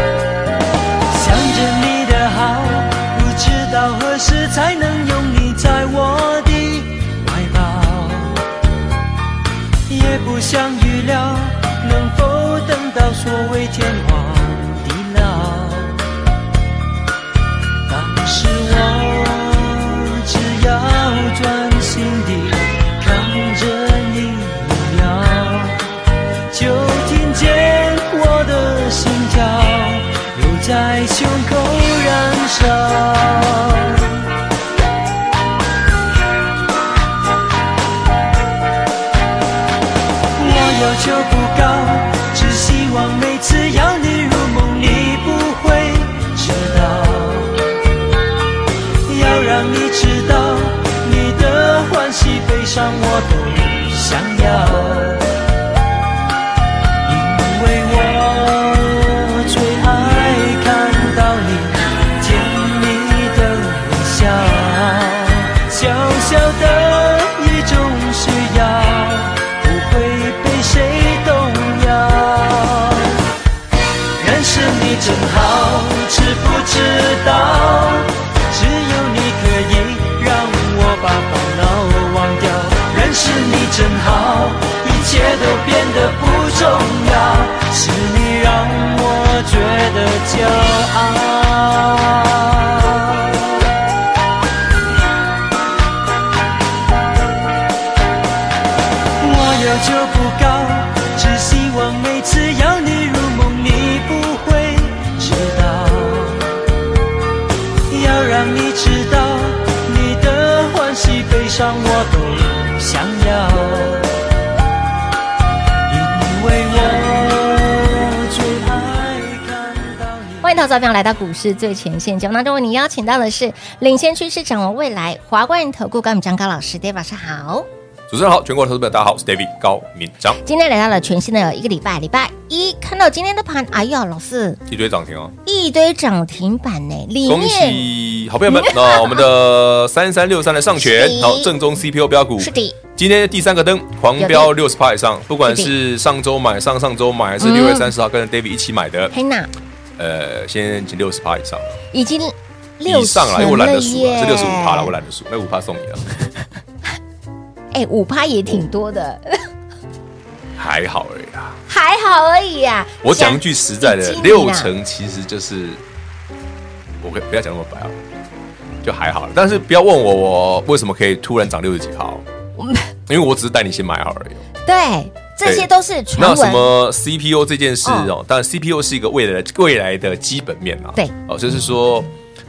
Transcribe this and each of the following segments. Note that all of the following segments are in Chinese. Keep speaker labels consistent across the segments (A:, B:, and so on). A: 想着你的好，不知道何时才能有你在我的怀抱，也不想预料能否等到所谓天荒地老。当时我只要专心地看着你模样。就听见我的心跳又在胸口燃烧。我要求不高，只希望每次要你入梦，你不会知道。要让你知道，你的欢喜悲伤我都想要。因为我最爱看到你甜蜜的微笑，小小的一种需要，不会被谁动摇。认识你真好，知不知道？只有你可以让我把烦恼忘掉。认识你真好，一切都变得不重要，是你让我觉得骄傲。我要求不高，只希望每次要你入梦，你不会知道。要让你知道，你的欢喜悲伤我都想要，因为我最爱看到你。
B: 欢迎到早票来到股市最前线节目当中，为你邀请到的是领先趋势、掌握未来华冠投顾高敏章高老师，David 晚上好。
C: 主持人好，全国投资朋友大家好，我是 David 高敏章，
B: 今天来到了全新的一个礼拜，礼拜一看到今天的盘，哎呀，老师
C: 一堆涨停哦，
B: 一堆涨停板呢，里
C: 恭
B: 面
C: 喜好朋友们。那我 们的三三六三的上权
B: 是，的
C: 好正宗 CPU 标股，
B: 是的，
C: 今天第三个灯狂飙六十趴以上，不管是上周买、上上周买，还是
B: 嗯
C: 六月三十号跟着 David 一起买的，
B: 黑娜
C: 呃，先进六十趴以上
B: 已经六
C: 以上啦，因为我懒得数了，
B: 了
C: 是六十五趴了，我
B: 懒。
C: 懒得数，那五趴送你了，
B: 哎，五趴也挺多的，
C: 还好而已啊啦。
B: 还好而已啊。
C: 我讲一句实在的
B: 已，经
C: 六
B: 啦
C: 成其实就是，我可以不要讲那么白啊，就还好了。但是不要问我我为什么可以突然涨六十几号，因为我只是带你先买好而已。
B: 对，这些
C: 对
B: 都是传
C: 哎那什
B: 闻，
C: 么 CPU 这件事哦，当然 CPU 是一个未来的未来的基本面啊。
B: 对
C: 哦，就是说，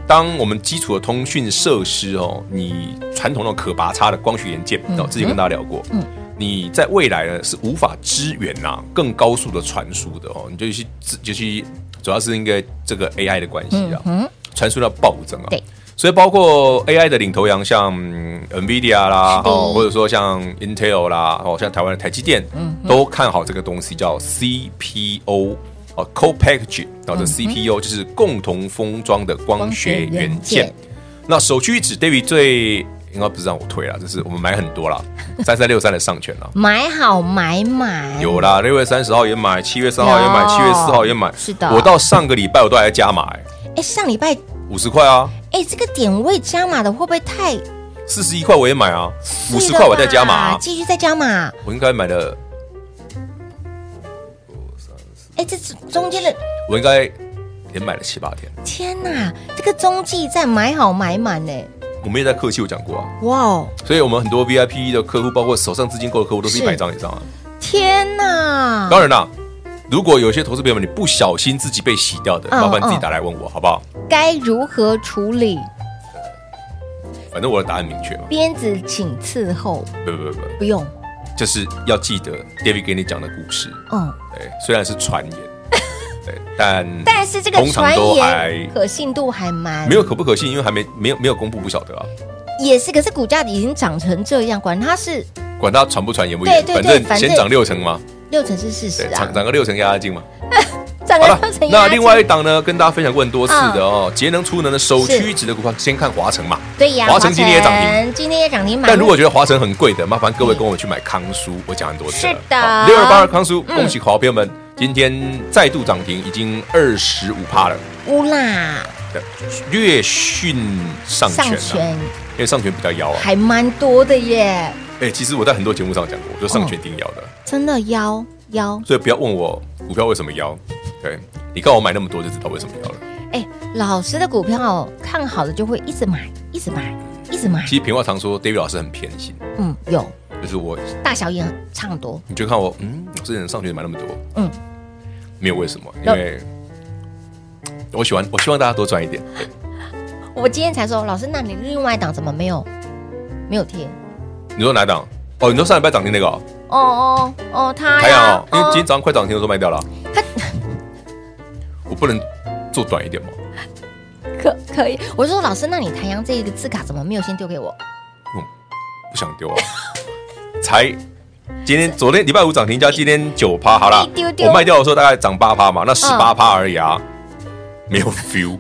C: 当我们基础的通讯设施哦，你传统那种可拔插的光学元件哦，之前跟大家聊过，嗯，你在未来呢是无法支援呐、更高速的传输的哦，你就去就去，主要是应该这个 AI 的关系啊，嗯，传输量暴增啊，
B: 对。
C: 所以包括 AI 的领头羊，像嗯 NVIDIA 啦
B: 是，的
C: 哦，或者说像 Intel 啦，哦，像台湾的台积电，都看好这个东西叫 CPO 哦，Co-package 哦的 CPO、就是共同封装的光学元件。
B: 光学元件
C: 那首屈一指，David 最应该不是让我推啦，就是我们买很多啦，三三六三的上权啦。
B: 买好买满，
C: 有啦，六月三十号也买，七月三号也买，
B: 有
C: 七月四号也买。
B: 是的
C: 我到上个礼拜我都还在加码，
B: 哎，上礼拜
C: 五十块啊，
B: 哎这个点位加码的会不会太
C: 四十一块我也买啊，五
B: 碎
C: 十
B: 了
C: 块我再加码、
B: 吧
C: 啊，
B: 继续再加码。
C: 我应该买了，
B: 哎，这中间的
C: 我应该也买了七八天。
B: 天哪，这个中继在买好买满呢，
C: 我们也在客气，我讲过啊，
B: 哇哦，
C: 所以我们很多 VIP 的客户，包括手上资金够的客户，都是
B: 是嗯
C: 一百张以上啊。
B: 天哪！
C: 当然啦，如果有些投资朋友们你不小心自己被洗掉的，
B: 嗯
C: 麻烦自己
B: 嗯
C: 打来问我好不好？
B: 该如何处理？
C: 反正我的答案明确嘛。
B: 鞭子请伺候，
C: 不不不，不
B: 不用，
C: 就是要记得 David 给你讲的故事，
B: 哦，
C: 对，虽然是传 言，对，但
B: 但是这个
C: 通常
B: 传
C: 都还
B: 言可信度还蛮
C: 没有可不可信，因为还没没有没有公布，不晓得啊。
B: 也是，可是股价已经涨成这样，管它是
C: 管它传不传言不
B: 对
C: 言，
B: 对
C: 反
B: 对
C: 正
B: 反正
C: 先涨六成嘛，
B: 六成是事实
C: 对，
B: 啊
C: 涨，涨个六成压压惊嘛。
B: 涨
C: 好
B: 了
C: 了
B: 六成，
C: 那
B: 压
C: 另
B: 惊嗯
C: 外一档呢，跟大家分享过很多次的哦，节能储能的首屈一指的股票，先看华城嘛。
B: 对呀，
C: 华晨今天也涨停
B: 华晨，今天也涨停板。
C: 但如果觉得华晨很贵的，麻烦各位跟我去买康舒，我讲很多次了。
B: 是的
C: 六二八二康舒，
B: 嗯
C: 恭喜好朋友们，今天再度涨停，已经二十五趴了，
B: 乌啦
C: 对略逊上
B: 上
C: 权了，
B: 权
C: 因为上权比较妖啊。
B: 还蛮多的耶，
C: 哎，其实我在很多节目上讲过，我说上权定妖的，
B: 真的腰腰
C: 所以不要问我股票为什么妖，对你看我买那么多就知道为什么妖了。
B: 哎，老师的股票哦看好了就会一直买，一直买，一直买。
C: 其实平话常说，David 老师很偏心，
B: 嗯，有
C: 就是我，
B: 大小眼差不多，
C: 你就看我，嗯，我之前上学买那么多，
B: 嗯，
C: 没有为什么，因
B: 有
C: 为我喜欢，我希望大家多赚一点，对，
B: 我今天才说老师，那你另外一档怎么没有没有贴？
C: 你说哪档？哦，你说上礼拜涨停那个哦
B: 哦哦哦，他
C: 台阳
B: 呀
C: 哦，，因为今天早上快涨停的时候卖掉了。
B: 它
C: 我不能做短一点吗？
B: 可可以，我说老师，那你台阳这个字卡怎么没有先丢给我？
C: 不想丢啊！ 才今天昨天礼拜五涨停加今天九趴，好了
B: 一丢，丢嗯
C: 我卖掉的时候大概涨八趴嘛，那十八趴而已啊，没有 feel，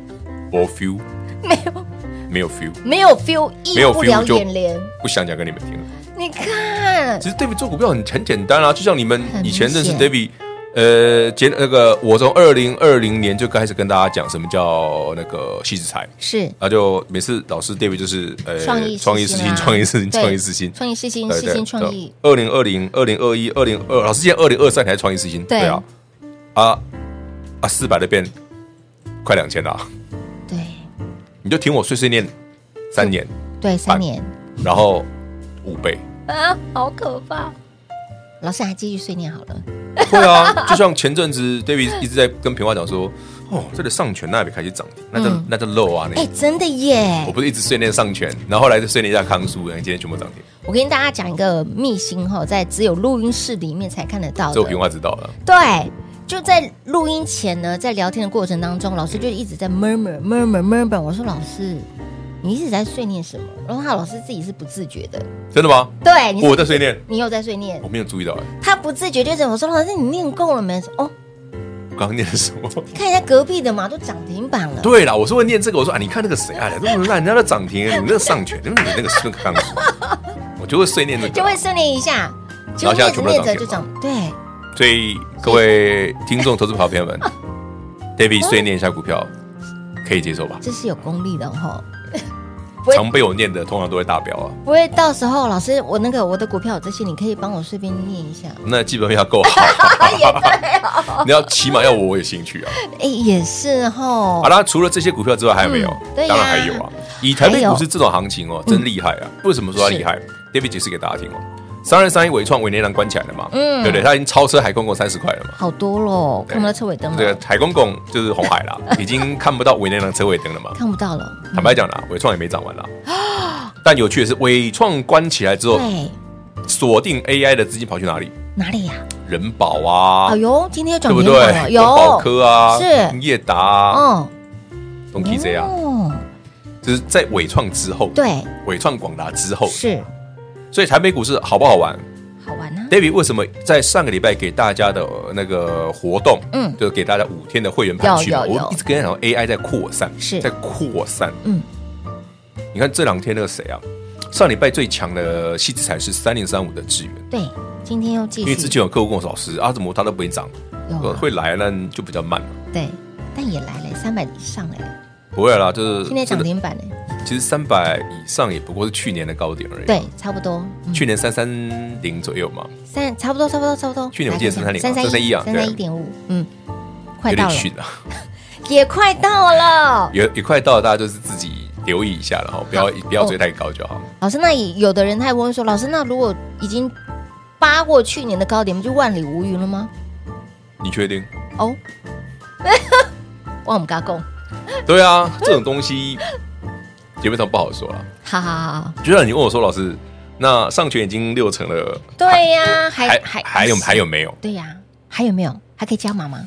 C: 我 feel
B: 没有
C: 没有 feel，
B: 没有 feel，
C: 没
B: 溢
C: 有
B: 不了
C: feel 就
B: 眼帘。
C: 不想讲给你们听了。
B: 你看，
C: 其实 David 做股票很很简单啊，就像你们
B: 很
C: 以前认识
B: 明显
C: David，呃，前那个我从二零二零年就开始跟大家讲什么叫那个细致财，
B: 是
C: 那就每次老师 David 就是呃
B: 嗯创意
C: 创意
B: 四
C: 四
B: 星
C: 星
B: 啊
C: 创意四星
B: 对
C: 创意四星
B: 创意四星，
C: 对
B: 四
C: 对
B: 星创意，
C: 二零二零、二零二一、二零二，老师现在二零二三才创意四星，
B: 对
C: 啊，啊啊，四百的变快两千了啊，
B: 对
C: 你就听我碎碎念三年，
B: 对，三年
C: 然后五 倍，
B: 啊，好可怕。老师还继续碎念好了，
C: 会啊，就像前阵子 David 一直在跟平花讲说，哦，这里上权那里开始涨停，那就、
B: 嗯
C: 那就 low 啊，那
B: 哎，真的耶
C: 我！不是一直碎念上权，然后后来就碎念一下康苏，然后今天全部涨停，
B: 我跟大家讲一个秘辛哈，在只有录音室里面才看得到
C: 这我平
B: 的。
C: 花知道了，
B: 对，就在录音前呢，在聊天的过程当中，老师就一直在 murmur murmur murmur。我说老师，你一直在碎念什么？然后他老师自己是不自觉的，
C: 真的吗？哦
B: 对，你
C: 我在碎念，
B: 你有在碎念
C: 我，没有注意到、哎，
B: 他不自觉就是我说老师你念够了没？哦，
C: 我刚刚念的什么？
B: 看一下隔壁的嘛，都涨停板了。
C: 对啦，我是会念这个，我说啊，你看那个谁啊，那么烂，人家的涨停，你那个上权，你那个是那个刚， 我就会碎念这个，
B: 就会训练一下，结果
C: 然后
B: 念着
C: 现在全部都
B: 念着
C: 涨
B: 就
C: 停
B: 涨，对，
C: 所以各位听众、投资好朋友们 ，David 碎念一下股票，可以接受吧？
B: 这是有功力的哈。不会
C: 常被我念的，通常都会大标啊，
B: 不会到时候老师，我那个我的股票有这些，你可以帮我随便念一下。
C: 那基本面要够 好，
B: 哦
C: 你要起码要我有兴趣啊。
B: 哎，也是哦哈
C: 好。啦，除了这些股票之外，还有没有
B: 嗯？对呀
C: 当然还有啊。以台北
B: 还有嗯
C: 股市这种行情哦，真厉害啊！为什么说它厉害？David 解释给大家听哦。三二三一伟创尾年蓝关起来了嘛？
B: 嗯
C: 对不对？它已经超车海公公三十块了嘛？
B: 好多咯，看不到车尾灯
C: 这个
B: 了，
C: 海公公就是红海啦， 已经看不到尾那辆车尾灯了嘛。
B: 看不到了。
C: 坦白讲啦，伟创也没涨完啦。但有趣的是，伟创关起来之后，
B: 啊对，
C: 锁定 AI 的资金跑去哪里？
B: 哪里呀？
C: 人保啊
B: 哎，呦，今天又
C: 对
B: 涨
C: 不
B: 停
C: 对
B: 板了，？有
C: 光宝科啊，
B: 是
C: 英业达啊，
B: 嗯，
C: 东 K Z 啊，
B: 哦，
C: 就是在伟创之后，，
B: 对，
C: 伟创广达之后，
B: 是
C: 所以台北股市好不好玩？
B: 好玩啊。
C: David 为什么在上个礼拜给大家的呃那个活动，
B: 嗯
C: 嗯，就给大家五天的会员盘
B: 有
C: 去嘛，
B: 有有
C: 我一直跟他讲 AI 在扩散，
B: 是
C: 在扩散，
B: 嗯
C: 嗯，你看这两天那个谁啊，上礼拜最强的戏子才是三零三五的智源，
B: 对，今天又继
C: 因
B: 续，
C: 为之前有客户跟我说，老师啊，怎么它都不会涨，
B: 有
C: 呃
B: 啊
C: 会来那就比较慢了。
B: 对，但也来了三百以上哎，
C: 不会啦，就是
B: 今天涨
C: 真的
B: 停板哎，
C: 其实三百以上也不过是去年的高点而已。，
B: 对，差不多。嗯
C: 去年三三零左右嘛，
B: 三差不多，差不多，差不多。
C: 去年我记得330
B: 三三
C: 331啊
B: 三三一点五，嗯，快
C: 有
B: 到
C: 点
B: 了，
C: 逊啊。
B: 也快到了。
C: 也也快到了，大家就是自己留意一下了哈，不要不要追太高就好。
B: 老师，那也有的人他还问说，老师，那如果已经扒过去年的高点，不就万里无云了吗？
C: 你确定？
B: 哦， 哇，我们嘎贡，
C: 对啊，这种东西基本上不好说了。
B: 哈哈哈哈，
C: 就像你问我说，老师，那上权已经六成了，
B: 对呀，还
C: 还还有还有没有
B: 对呀，还有没有？还可以加码吗？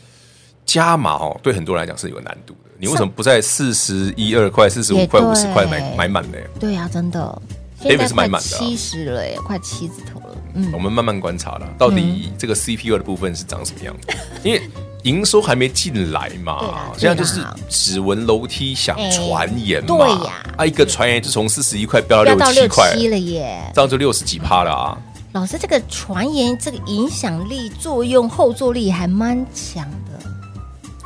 C: 加码哦？对很多人来讲是有难度的。你为什么不在四十一二块、四十五
B: 也
C: 块、
B: 对
C: 五十块买买满呢？
B: 对呀，真的，现
C: David
B: 在
C: 是满
B: 快
C: 满的啊
B: 七十了耶，快七字头了。嗯，
C: 我们慢慢观察了，到底这个 CPU 的部分是长什么样子？因为营收还没进来
B: 对啦
C: 嘛，
B: 对
C: 现在就是
B: 啦
C: 只闻楼梯响
B: 哎
C: 传言嘛，
B: 对呀
C: 啊，一个传言就从四十一块飙
B: 要
C: 到
B: 到六
C: 六七块，
B: 七了耶。
C: 这样就六十几趴了啊。
B: 老师，这个传言这个影响力、作用、后坐力还蛮强的。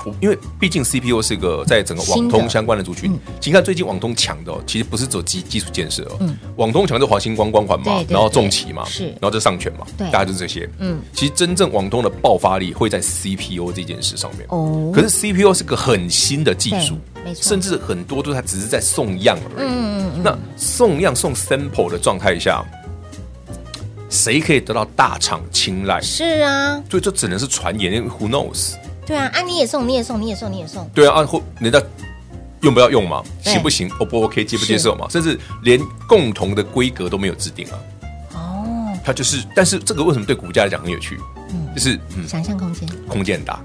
C: 我因为毕竟 CPU 是一个在整个网
B: 新的嗯
C: 通相关的族群，请看最近网通强的、哦，其实不是走基基础建设哦，网通强就华星光光环嘛，
B: 嗯对对
C: 然后
B: 对
C: 重旗嘛，
B: 是
C: 然后就上权嘛，
B: 对
C: 大概就是这些。
B: 嗯
C: 嗯，其实真正网通的爆发力会在 CPU 这件事上面。
B: 哦
C: 可是 CPU 是个很新的技术
B: 对没，错
C: 甚至很多都它只是在送样而已。
B: 嗯嗯
C: 那送样送 sample 的状态下，谁可以得到大厂青睐？
B: 是啊，
C: 所以这只能是传言因为，Who knows？
B: 对啊，啊你也送，你也送，你也送，你也送，
C: 对啊，啊，或人家用不要用嘛，
B: 对
C: 行不行，O 不 OK，接不接受嘛，甚至连共同的规格都没有制定啊。
B: 哦，
C: 它就是，但是这个为什么对股价来讲很有趣？就是嗯，
B: 想象空间
C: 空间很大，
B: 啊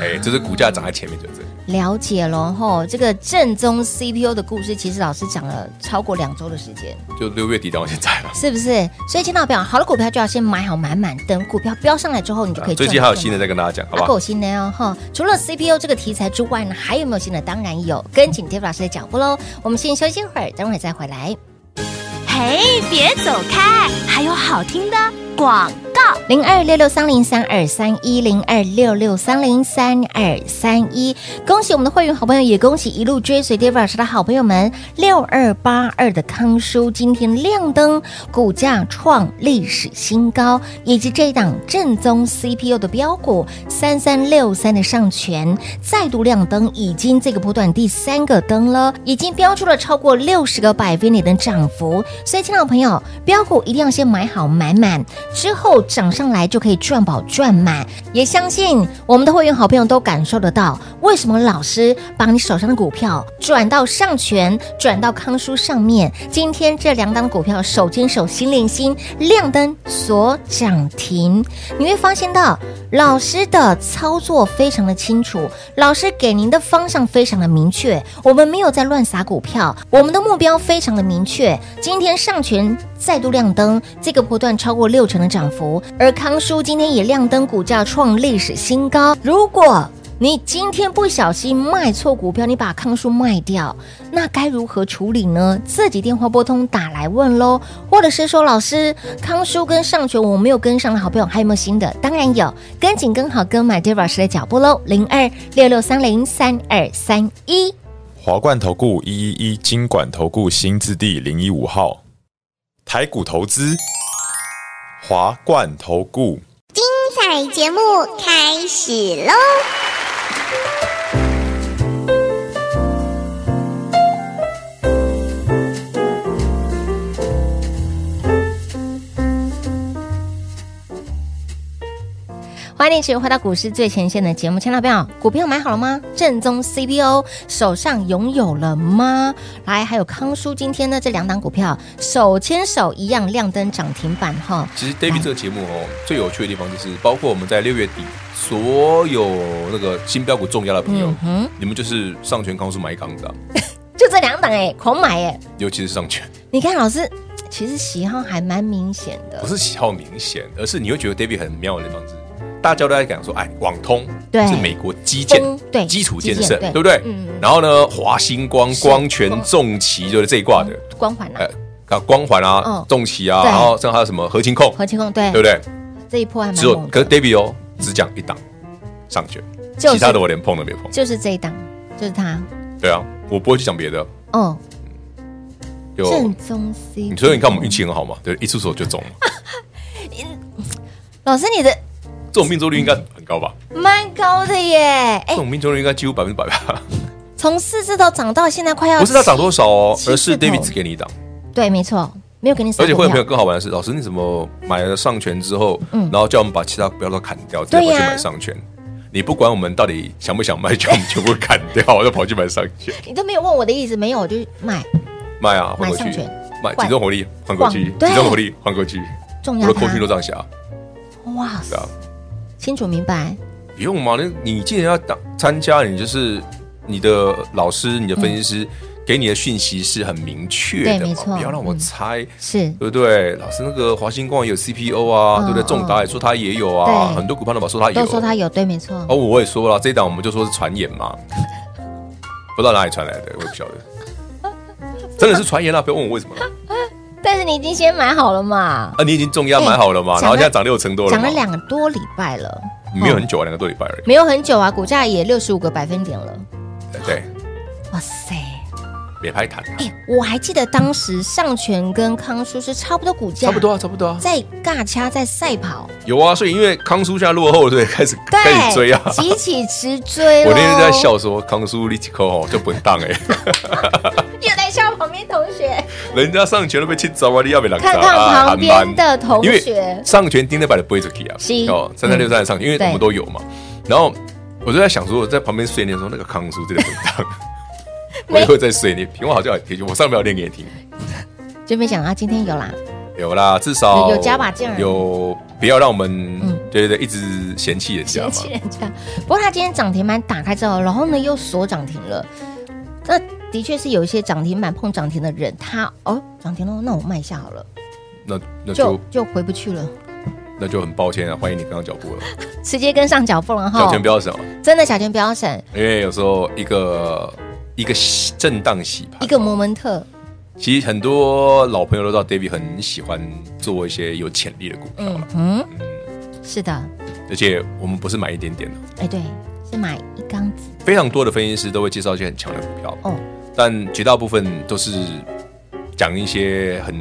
C: 哎，这是股价涨在前面就是这里。
B: 了解了吼。这个正宗 CPU 的故事，其实老师讲了超过两周的时间，
C: 就六月底到现在了。
B: 是不是？所以，听到表好的股票就要先买好满满，等股票飙上来之后，你就可以
C: 啊最
B: 赚。
C: 近还有新的再跟大家讲，好
B: 阿
C: 不好
B: 狗？新的哦哈！除了 CPU 这个题材之外呢，还有没有新的？当然有，跟紧 Dave 老师的脚步喽。我们先休息一会儿，等会儿再回来。
D: 嘿，别走开，还有好听的广告。
B: 零二六六三零三二三一零二六六三零三二三一。恭喜我们的会员好朋友，也恭喜一路追随 Dave 老师的好朋友们。六二八二的康叔今天亮灯，股价创历史新高，以及这一档正宗 CPU 的标股三三六三的上权再度亮灯，已经这个波段第三个灯了，已经标出了超过六十个百分点的涨幅。所以，亲爱的朋友，标股一定要先买好买满，之后涨上来就可以赚饱赚满。也相信我们的会员好朋友都感受得到，为什么老师把你手上的股票转到上权，转到康舒上面？今天这两档股票手牵手、心连心，亮灯所涨停，你会发现到老师的操作非常的清楚，老师给您的方向非常的明确，我们没有在乱撒股票，我们的目标非常的明确。今天上权再度亮灯，这个波段超过六成的涨幅，而康叔今天也亮灯，股价创历史新高。如果你今天不小心卖错股票，你把康叔卖掉，那该如何处理呢？自己电话拨通打来问喽，或者是说老师康叔跟上权我没有跟上的好朋友，还有没有新的？当然有，跟紧跟好跟买 d a v 老师的脚步喽，零二六六三零三二三一。
E: 华冠投顾一一一金管投顾新字第零一五号，台股投资，华冠投顾。
F: 彩节目开始喽！
B: 欢迎你持续回到股市最前线的节目，亲爱的朋友，股票买好了吗？正宗 CPO 手上拥有了吗？来，还有康叔，今天呢这两档股票手牵手一样亮灯涨停板哈。
C: 其实
B: 嗯
C: David 这个节目哦，最有趣的地方就是，包括我们在六月底所有那个新标股重要的朋友
B: 嗯，哼，
C: 你们就是上权康是买港的，啊
B: 就这两档哎，狂买哎！
C: 尤其是上权，
B: 你看老师，其实喜好还蛮明显的
C: 不，是喜好明显，而是你会觉得 David 很妙的地方是，大家都在讲说，哎，网通
B: 对
C: 是美国基建
B: 风对
C: 基础
B: 基
C: 建
B: 建
C: 设，
B: 对
C: 对不对
B: 嗯嗯？
C: 然后呢，华星光、
B: 是
C: 光泉
B: 光、
C: 重旗就是这一挂的，
B: 光环啊
C: 哎，啊，光环啊
B: 嗯，
C: 重旗啊，
B: 对
C: 然后像还有什么合金控，
B: 和清空对
C: 对不对？
B: 这一波还蛮
C: 只有
B: 猛
C: 可
B: 的
C: 是 David 哦，只讲一档上权，
B: 就是
C: 其他的我连碰都没碰。
B: 就是这一档，就是它，
C: 对啊，我不会去讲别的，
B: 哦，
C: 就
B: 正宗 C。
C: 你所以你看我们运气很好嘛，对，一出手 就中了，
B: 老师你的
C: 这种命中率应该很高吧？
B: 蛮高的耶，哎
C: 这，种命中率应该几乎百分之百 吧？
B: 从四字头涨到现在快要
C: 不是它涨多少哦，
B: 七
C: 而
B: 字
C: 是
B: 头
C: David 只给你一档。
B: 对，没错，没有给你撒啊
C: 而且
B: 股
C: 会有朋友
B: 票。
C: 更好玩的是，老师你怎么买了上权之后，然后叫我们把其他股票都砍掉，直接
B: 对
C: 跑去
B: 呀
C: 买上权？你不管我们到底想不想卖，叫我们全部 砍掉，就跑去买上权，
B: 你都没有问我的意思，没有我就买
C: 卖啊，
B: 买
C: 换回
B: 上
C: 去
B: 权，
C: 买集中火力换过去，
B: 对
C: 集中火力换过去，
B: 重
C: 我
B: 要
C: 的
B: 它
C: 扣讯都这样写啊，
B: 哇
C: 对
B: 塞
C: 啊，
B: 清楚明白，
C: 不用嘛，那你既然要当参加，你就是你的老师、你的分析师。嗯给你的讯息是很明确
B: 对
C: 的
B: 没
C: 嘛，
B: 错
C: 不要让我
B: 嗯
C: 猜，
B: 是
C: 对不对？老师，那个华星光也有 CPO 啊，
B: 嗯
C: 对不对？重达也说他也有啊，
B: 对
C: 很多股票老板说他有，
B: 都说他有对，没错
C: 哦，，我也说了，这一档我们就说是传言嘛， 不知道哪里传来的，我也不晓得，真的是传言啊啦，不要问我为什么啦
B: 但是你已经先买好了嘛，
C: 啊，你已经重压
B: 哎
C: 买好了嘛，
B: 讲了
C: 然后现在涨六成多了
B: 涨
C: 嘛，
B: 了两个多礼拜了，
C: 没有
B: 哦
C: 很久啊，两个多礼拜而已，
B: 没有很久啊，股价也六十五个百分点了，
C: 对对，
B: 哇塞！
C: 别拍谈啊，
B: 哎，我还记得当时上权跟康叔是差不多股价，
C: 差不多啊，差不多啊，
B: 在尬掐，在赛跑，
C: 有啊，所以因为康叔现在落后了，对，开始开始追啊，
B: 急哦起直追。
C: 我那天在，笑说康叔力气扣哦就滚蛋哎，
B: 又在笑旁边同学，
C: 人家上拳都被气走啊，你要被狼
B: 看
C: 杀
B: 看
C: 啊，
B: 旁边的同
C: 因为
B: 学，
C: 上权盯着把的不会出去啊
B: 是，
C: 三三六三上权，因为
B: 对
C: 我们都有嘛。然后我就在想说，我在旁边碎念说那个康叔这个笨蛋， 我
B: 没
C: 也会在碎念，平我好像也我上不了念给你听，
B: 就没想到啊今天有啦，
C: 有啦，至少
B: 有有加把劲儿
C: 有不要让我们
B: 嗯
C: 对对对一直嫌弃人家
B: 嫌
C: 嘛，
B: 弃人家。不过他今天涨停板打开之后，然后呢又锁涨停了，那的确是有一些涨停板碰涨停的人，他哦涨停了，那我卖一下好了，
C: 那那
B: 就
C: 就
B: 就回不去了，
C: 那就很抱歉啊，欢迎你刚刚脚步了，
B: 直接跟上脚步了
C: 脚
B: 哈
C: 尖。不要少，
B: 真的小钱不要省，
C: 因为有时候一个一个震荡洗
B: 一
C: 盘，
B: 个摩门特，
C: 其实很多老朋友都知道，David 很喜欢做一些有潜力的股票
B: 嗯
C: 了。
B: 嗯，
C: 嗯
B: 是的，
C: 而且我们不是买一点点的，
B: 哎对，是买一缸子
C: 非常多的分析师都会介绍一些很强的股票，
B: 哦，
C: 但绝大部分都是讲一些很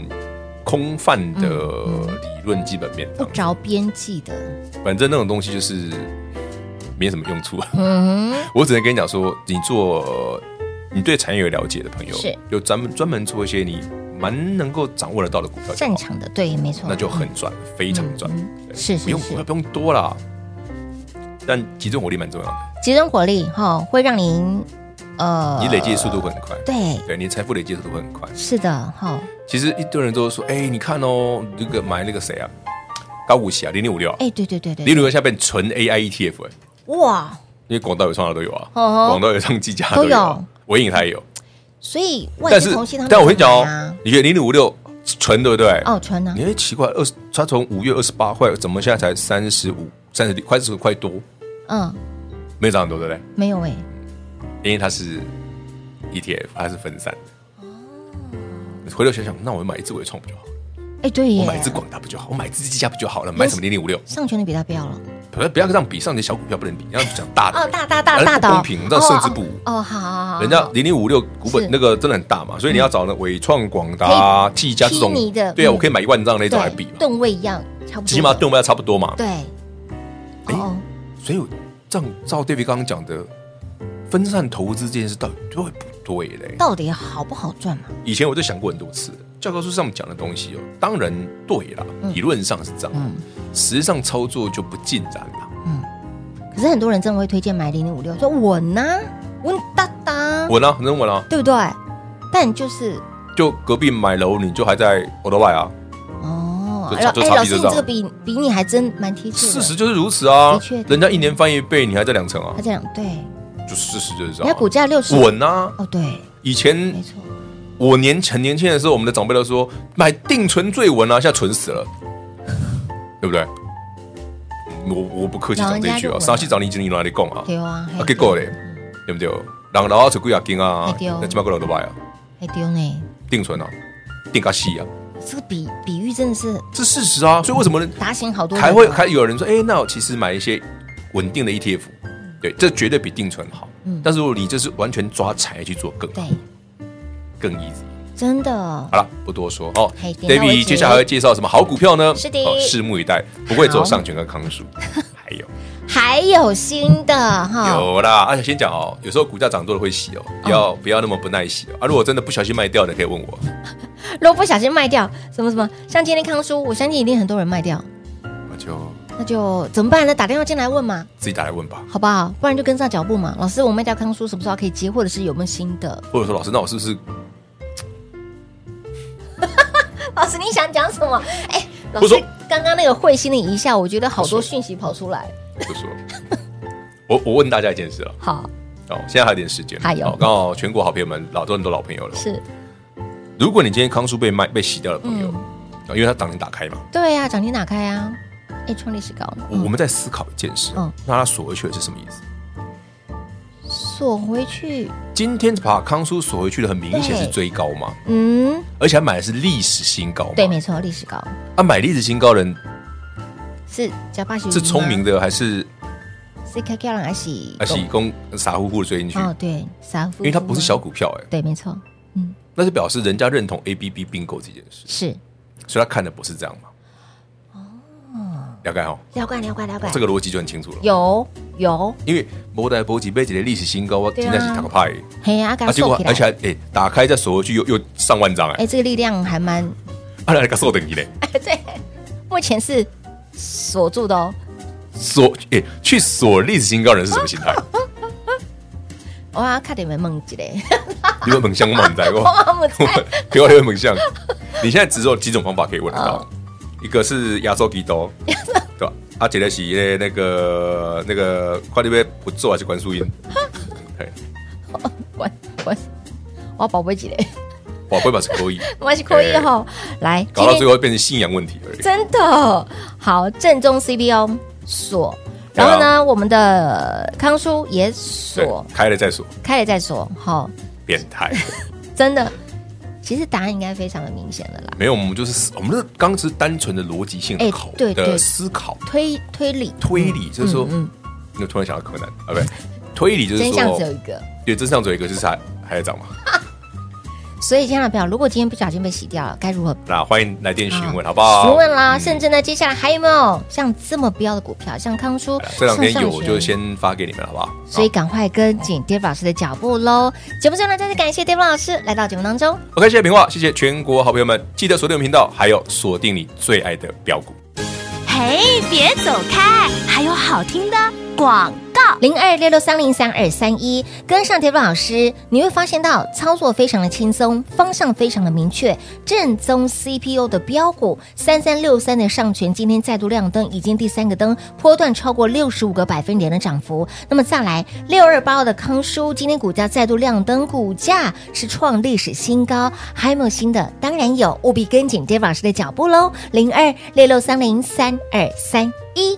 C: 空泛的
B: 嗯
C: 理论基本面这
B: 不
C: 样子。
B: 着边际的，
C: 反正那种东西就是没什么用处啊。
B: 嗯哼，
C: 我只能跟你讲说，你做呃你对产业有了解的朋友，
B: 是
C: 就专门专门做一些你蛮能够掌握得到的股票就
B: 擅
C: 好，
B: 长的，对，没错，
C: 那就很赚，非常赚。对
B: 嗯是是
C: 不用
B: 是
C: 不用不用多啦，但集中火力蛮重要的。
B: 集中火力哈、会让您呃，
C: 你累积的速度会很快，
B: 对，
C: 对，你的财富累积的速度会很快。
B: 是的哈、
C: 其实一堆人都说，哎、你看哦，那个买那个谁啊，高股息啊，零零五六，
B: 哎、对对对对，
C: 零零五六下边纯 AI ETF，、哎，
B: 哇，
C: 因为广大有创的都有啊，
B: 哦吼
C: 广大有创技嘉
B: 都
C: 都有
B: 有
C: 啊，伟影它也有，
B: 所以外
C: 但
B: 资
C: 是
B: 同系他们
C: 但我跟你讲
B: 都
C: 哦
B: 买啊，
C: 你觉得零零五六纯对不对？
B: 哦，纯呢、
C: 你会奇怪，二十，它从五月二十八块，怎么现在才三十五、三十六，快十块多，
B: 嗯，
C: 没有涨很多，对不对？
B: 没有哎、
C: 因为它是 ETF，它是分散的。
B: 哦
C: 回头想想，那我买一只伟创不就好？
B: 哎、对耶，
C: 我买一只广达不就好？我买一只技嘉不就好了？买什么零零五六？
B: 上权的比他标了，
C: 不要不要这样比，上点小股票不能比，你要讲大的。
B: 哦，大大大
C: 哎
B: 大
C: 不
B: 的哦，
C: 公平，这样甚至不。
B: 哦，哦好好好，
C: 人家
B: 好
C: 零零五六股
B: 是嗯
C: 本那个真的很大嘛，所以你要找那伟创、广达、技嘉这种
B: 悉尼的，
C: 对啊，
B: 嗯
C: 我可以买一万张那种来比
B: 对
C: 嘛，
B: 吨位一样，差不多，
C: 起码对我们要差不多嘛。
B: 对，
C: 哎
B: 哦，
C: 所以这样照 David 刚刚讲的，分散投资这件事到底对不对嘞？
B: 到底好不好赚嘛？
C: 以前我就想过很多次，教科书上讲的东西哦，当然对啦，理论上是这样，
B: 嗯
C: 实际上操作就不尽然啦。
B: 可是很多人真的会推荐买零零五六，说稳呐、稳哒哒，
C: 稳啊，很稳啊，
B: 对不对？但就是
C: 就隔壁买楼，你就还在我的外啊，
B: 哦，
C: 就
B: 哎老
C: 就
B: 哎
C: 差
B: 老
C: 距
B: 师，
C: 就
B: 你
C: 这
B: 这个
C: 样
B: 比比你还真蛮贴切
C: 事
B: 的。
C: 实就是如此啊
B: 的确的。确
C: 人家一年翻一倍，你还在两成啊
B: 他，这样对，人
C: 就事实就是这
B: 家
C: 样啊。
B: 股价六十
C: 稳啊！
B: 哦，对，
C: 以
B: 没
C: 前
B: 错，
C: 我年很年轻的时候，我们的长辈都说买定存最稳啊，现在存死了，对不对？我我不客气讲这一句
B: 老人家就
C: 啊，
B: 稳
C: 上期找你经理拿来讲啊，
B: 对啊，
C: 啊，结果嘞，对不对？人老啊，出几啊斤啊
B: 哎，对哦
C: 那几百个人都买啊，
B: 还丢呢。
C: 定存啊，定个息啊，
B: 这个比比喻真的是
C: 这事实啊。所以为什么呢？
B: 打醒好多人啊
C: 还会还有人说，哎，那我其实买一些稳定的 ETF，对，这绝对比定存好。
B: 嗯
C: 但是如果你就是完全抓产业去做，更
B: 对
C: 好，，更 easy。
B: 真的
C: 好了，不多说哦。
B: 嘿点到为
C: David
B: 止
C: 接下来会介绍什么好股票呢？
B: 是的
C: 哦拭目以待。不会只有
B: 好
C: 上权跟康 叔，还有
B: 还有新的哈，
C: 有啦。而且先讲哦，有时候股价涨多了会洗哦，不要不要那么不耐洗哦。啊，如果真的不小心卖掉的，可以问我。
B: 如果不小心卖掉什么什么，像今天康叔，我相信一定很多人卖掉，
C: 那就
B: 那就怎么办呢？打电话进来问嘛，
C: 自己打来问吧。
B: 好不好？不然就跟上脚步嘛。老师，我卖掉康叔什么时候可以接，或者是有没有新的？
C: 或者说，老师，那我是不是
B: 老师，你想讲什么？哎，老
C: 不
B: 师
C: 说，
B: 刚刚那个会心的一下，我觉得好
C: 不
B: 多
C: 说
B: 讯息跑出来。
C: 不说。我我问大家一件事啊，
B: 好，
C: 哦，现在还有点时间，
B: 还有
C: 哦刚好全国好朋友们，老都很多老朋友了。
B: 是
C: 如果你今天康叔被卖被洗掉的朋友，
B: 嗯
C: 啊，因为他当年打开嘛，
B: 对呀、啊，涨停打开啊，哎，创历史高呢。
C: 我我们在思考一件事
B: 嗯，
C: 那他锁回去的是什么意思？
B: 锁回去，
C: 今天把康叔锁回去的，很明显
B: 对
C: 是追高嘛，
B: 嗯，
C: 而且还买的是历史新高嘛。
B: 对，没错，历史高
C: 啊，买历史新高的人
B: 是加八十，
C: 是聪明
B: 的，
C: 的还是
B: 是 K K 人还是
C: 还是公傻乎乎的追进去？
B: 哦，对，傻乎乎，
C: 因为它不是小，股票，哎，
B: 对，没错，
C: 那是表示人家认同 A B B 并购这件事，
B: 是
C: 所以他看的不是这样嘛。哦，了解哦，
B: 了解了解了解，
C: 这个逻辑就很清楚了。
B: 有有，
C: 因为摩代波及被姐的历史新高，我今
B: 对啊
C: 天是打个派，
B: 嘿呀，给
C: 啊，
B: 它
C: 结
B: 收
C: 果
B: 起来
C: 而且还哎，打开再锁回去又又上万张哎，
B: 哎，这个力量还蛮，
C: 啊，那个锁等你嘞，
B: 对，目前是锁住的哦。
C: 锁哎去锁历史新高的人是什么心态？
B: 哇，差点没梦一嘞，
C: 你们猛像猛在过，
B: 我梦
C: 我
B: 在，
C: 给我有猛像。你现在只有几种方法可以问得
B: 啊
C: 到，一个是亚洲 基多，对吧？啊，杰个是那个那个快递杯不做还是关淑英？对，
B: 我我我宝贝几嘞，
C: 我不会把是勾引，
B: 我是可以吼，来，
C: 搞到最
B: 后
C: 后变成信仰问题而已。
B: 真的好，正宗 CPU 锁，然后
C: 对
B: 呢，我们的康叔也
C: 对
B: 锁，，
C: 开了再说，
B: 开了再锁，好，
C: 变态。
B: 真的，其实答案应该非常的明显了啦，
C: 没有，我们就是我们是刚只是单纯的逻辑性
B: 哎
C: 考
B: 对对
C: 的思考
B: 推推理
C: 推理，就是说
B: 嗯，
C: 我突然想到柯南啊，不对，推理就是
B: 真相只有
C: 说，
B: 一个。
C: 对，真相只有一个，就是还还在涨嘛。
B: 所以，亲爱的朋友，如果今天不小心被洗掉了，该如何
C: 那欢迎来电询问，好不好？
B: 啊询问啦，
C: 嗯
B: 甚至呢，接下来还有没有像这么标的股票，像康叔
C: 哎这两天有
B: 哦上上
C: 就
B: 旋
C: 先发给你们，好不好？
B: 所以赶快跟紧 Dave 老师的脚步喽。节目最后呢，再次感谢 Dave 老师来到节目当中。
C: 好 OK，谢谢平话，谢谢全国好朋友们，记得锁定我们频道，还有锁定你最爱的标股。
D: 嘿，别走开，还有好听的广告。
B: 零二六六三零三二三一，跟上 David 老师，你会发现到操作非常的轻松，方向非常的明确。正宗 CPU 的标股三三六三的上权，今天再度亮灯，已经第三个灯，波段超过六十五个百分点的涨幅。那么再来六二八二的康舒，今天股价再度亮灯，股价是创历史新高，还有没有新的？当然有，务必跟紧 David 老师的脚步喽。零二六六三零三二三一。